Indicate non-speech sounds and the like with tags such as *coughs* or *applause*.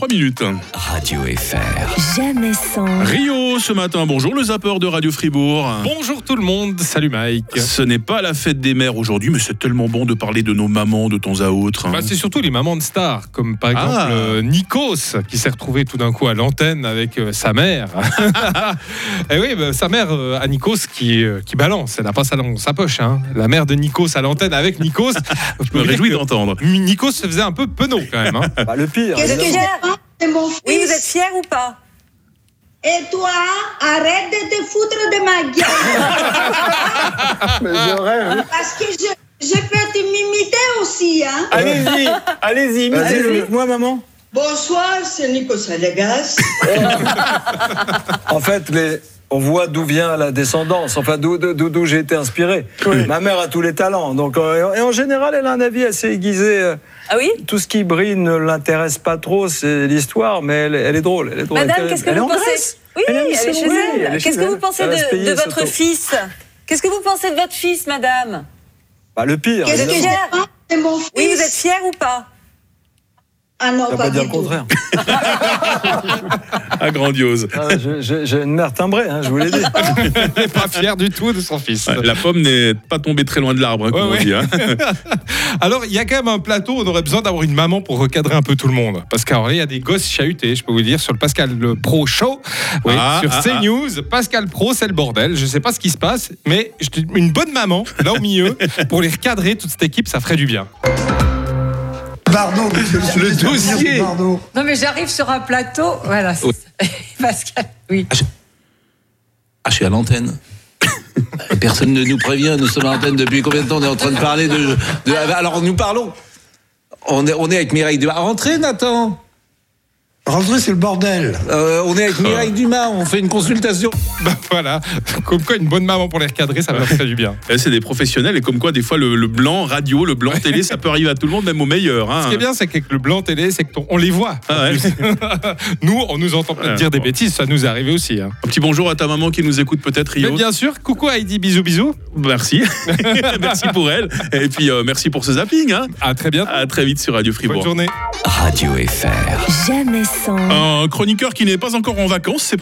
3 minutes. Radio FR. Jamais sans. Rio, ce matin, bonjour le zapper de Radio Fribourg. Bonjour tout le monde, salut Mike. Ce n'est pas la fête des mères aujourd'hui, mais c'est tellement bon de parler de nos mamans de temps à autre. hein. Bah, c'est surtout les mamans de stars, comme par exemple Ah. euh, Nikos, qui s'est retrouvé tout d'un coup à l'antenne avec euh, *laughs* sa mère. Et oui, bah, sa mère euh, à Nikos qui, euh, qui balance, elle n'a pas ça dans sa poche. hein. La mère de Nikos à l'antenne avec Nikos. Je Je me réjouis *laughs* d'entendre. Nikos se faisait un peu penaud quand même. hein. Bah, le pire. Qu'est-ce que évidemment. j'ai fait, mon fils Oui, vous êtes fiers ou pas Et toi, arrête de te foutre de ma gueule *laughs* Mais j'aurais, oui. parce que je, je peux te m'imiter aussi. Hein Ah. Allez-y, allez-y, Vas-y, imitez-le. joue avec moi, maman. Bonsoir, c'est Nicolas Legas. En fait, les- on voit d'où vient la descendance, enfin d'où, d'où, d'où j'ai été inspiré. Ma mère a tous les talents. Donc, euh, et en général, elle a un avis assez aiguisé. euh, Ah oui Tout ce qui brille ne l'intéresse pas trop, c'est l'histoire, mais elle, elle est drôle. Elle est drôle. Elle Madame, est- qu'est-ce que elle est vous en Grèce. pensez Oui, elle Elle est est en Grèce, oui, chez elle elle. est Qu'est-ce chez que vous elle. pensez Elle reste de, payée de ce votre taux. fils Qu'est-ce que vous pensez de votre fils, madame Bah, le pire. Qu'est-ce que j'ai évidemment. fait, mon fils Oui, vous êtes fiers ou pas Ah Ça non, veut pas pas dire du le tout. contraire. Ah, grandiose. Ah, je- je- j'ai une mère timbrée, hein, je vous *laughs* l'ai dit. Elle n'est pas fière du tout de son fils. Ouais, La pomme n'est pas tombée très loin de l'arbre, hein, comme Ouais, on ouais. dit. hein. *laughs* Alors, il y a quand même un plateau, on aurait besoin d'avoir une maman pour recadrer un peu tout le monde. Parce qu'alors là, il y a des gosses chahutés, je peux vous dire, sur le Pascal le Pro Show, oui, Ah, sur ah, CNews. Pascal Pro, c'est le bordel. Je sais pas ce qui se passe, mais je te- une bonne maman, là *laughs* au milieu, pour les recadrer, toute cette équipe, ça ferait du bien. *laughs* Bardot, monsieur Le ministre, dossier. Bardot. Non, mais j'arrive sur un plateau. Voilà. c'est- *laughs* Pascal, oui. Ah, je suis à l'antenne. *coughs* Personne ne nous prévient, nous sommes à l'antenne depuis combien de temps On est en train de parler de. de- alors nous parlons. On est, on est avec Mireille Dumas. Rentrez, Nathan Rentrez, c'est le bordel. Euh, On est avec Mireille Dumas, on fait une consultation. Bah voilà, comme quoi une bonne maman pour les recadrer, ça leur ferait du bien. Eh, C'est des professionnels, et comme quoi, des fois, le, le blanc radio, le blanc télé, ça peut arriver à tout le monde, même au meilleur. hein. Ce qui est bien, c'est qu'avec le blanc télé, c'est qu'on les voit. Ah ouais. *laughs* nous, on nous entend peut-être Ouais, dire des bon. bêtises, ça nous est arrivé aussi. hein. Un petit bonjour à ta maman qui nous écoute peut-être, Mais Rio. bien sûr, coucou Heidi, bisous bisous. *laughs* Merci. *laughs* merci pour elle. Et puis, euh, merci pour ce zapping. hein. À très bientôt. À très vite sur Radio Bonne Fribourg. journée. Radio FR. Jamais sans. Un chroniqueur qui n'est pas encore en vacances, c'est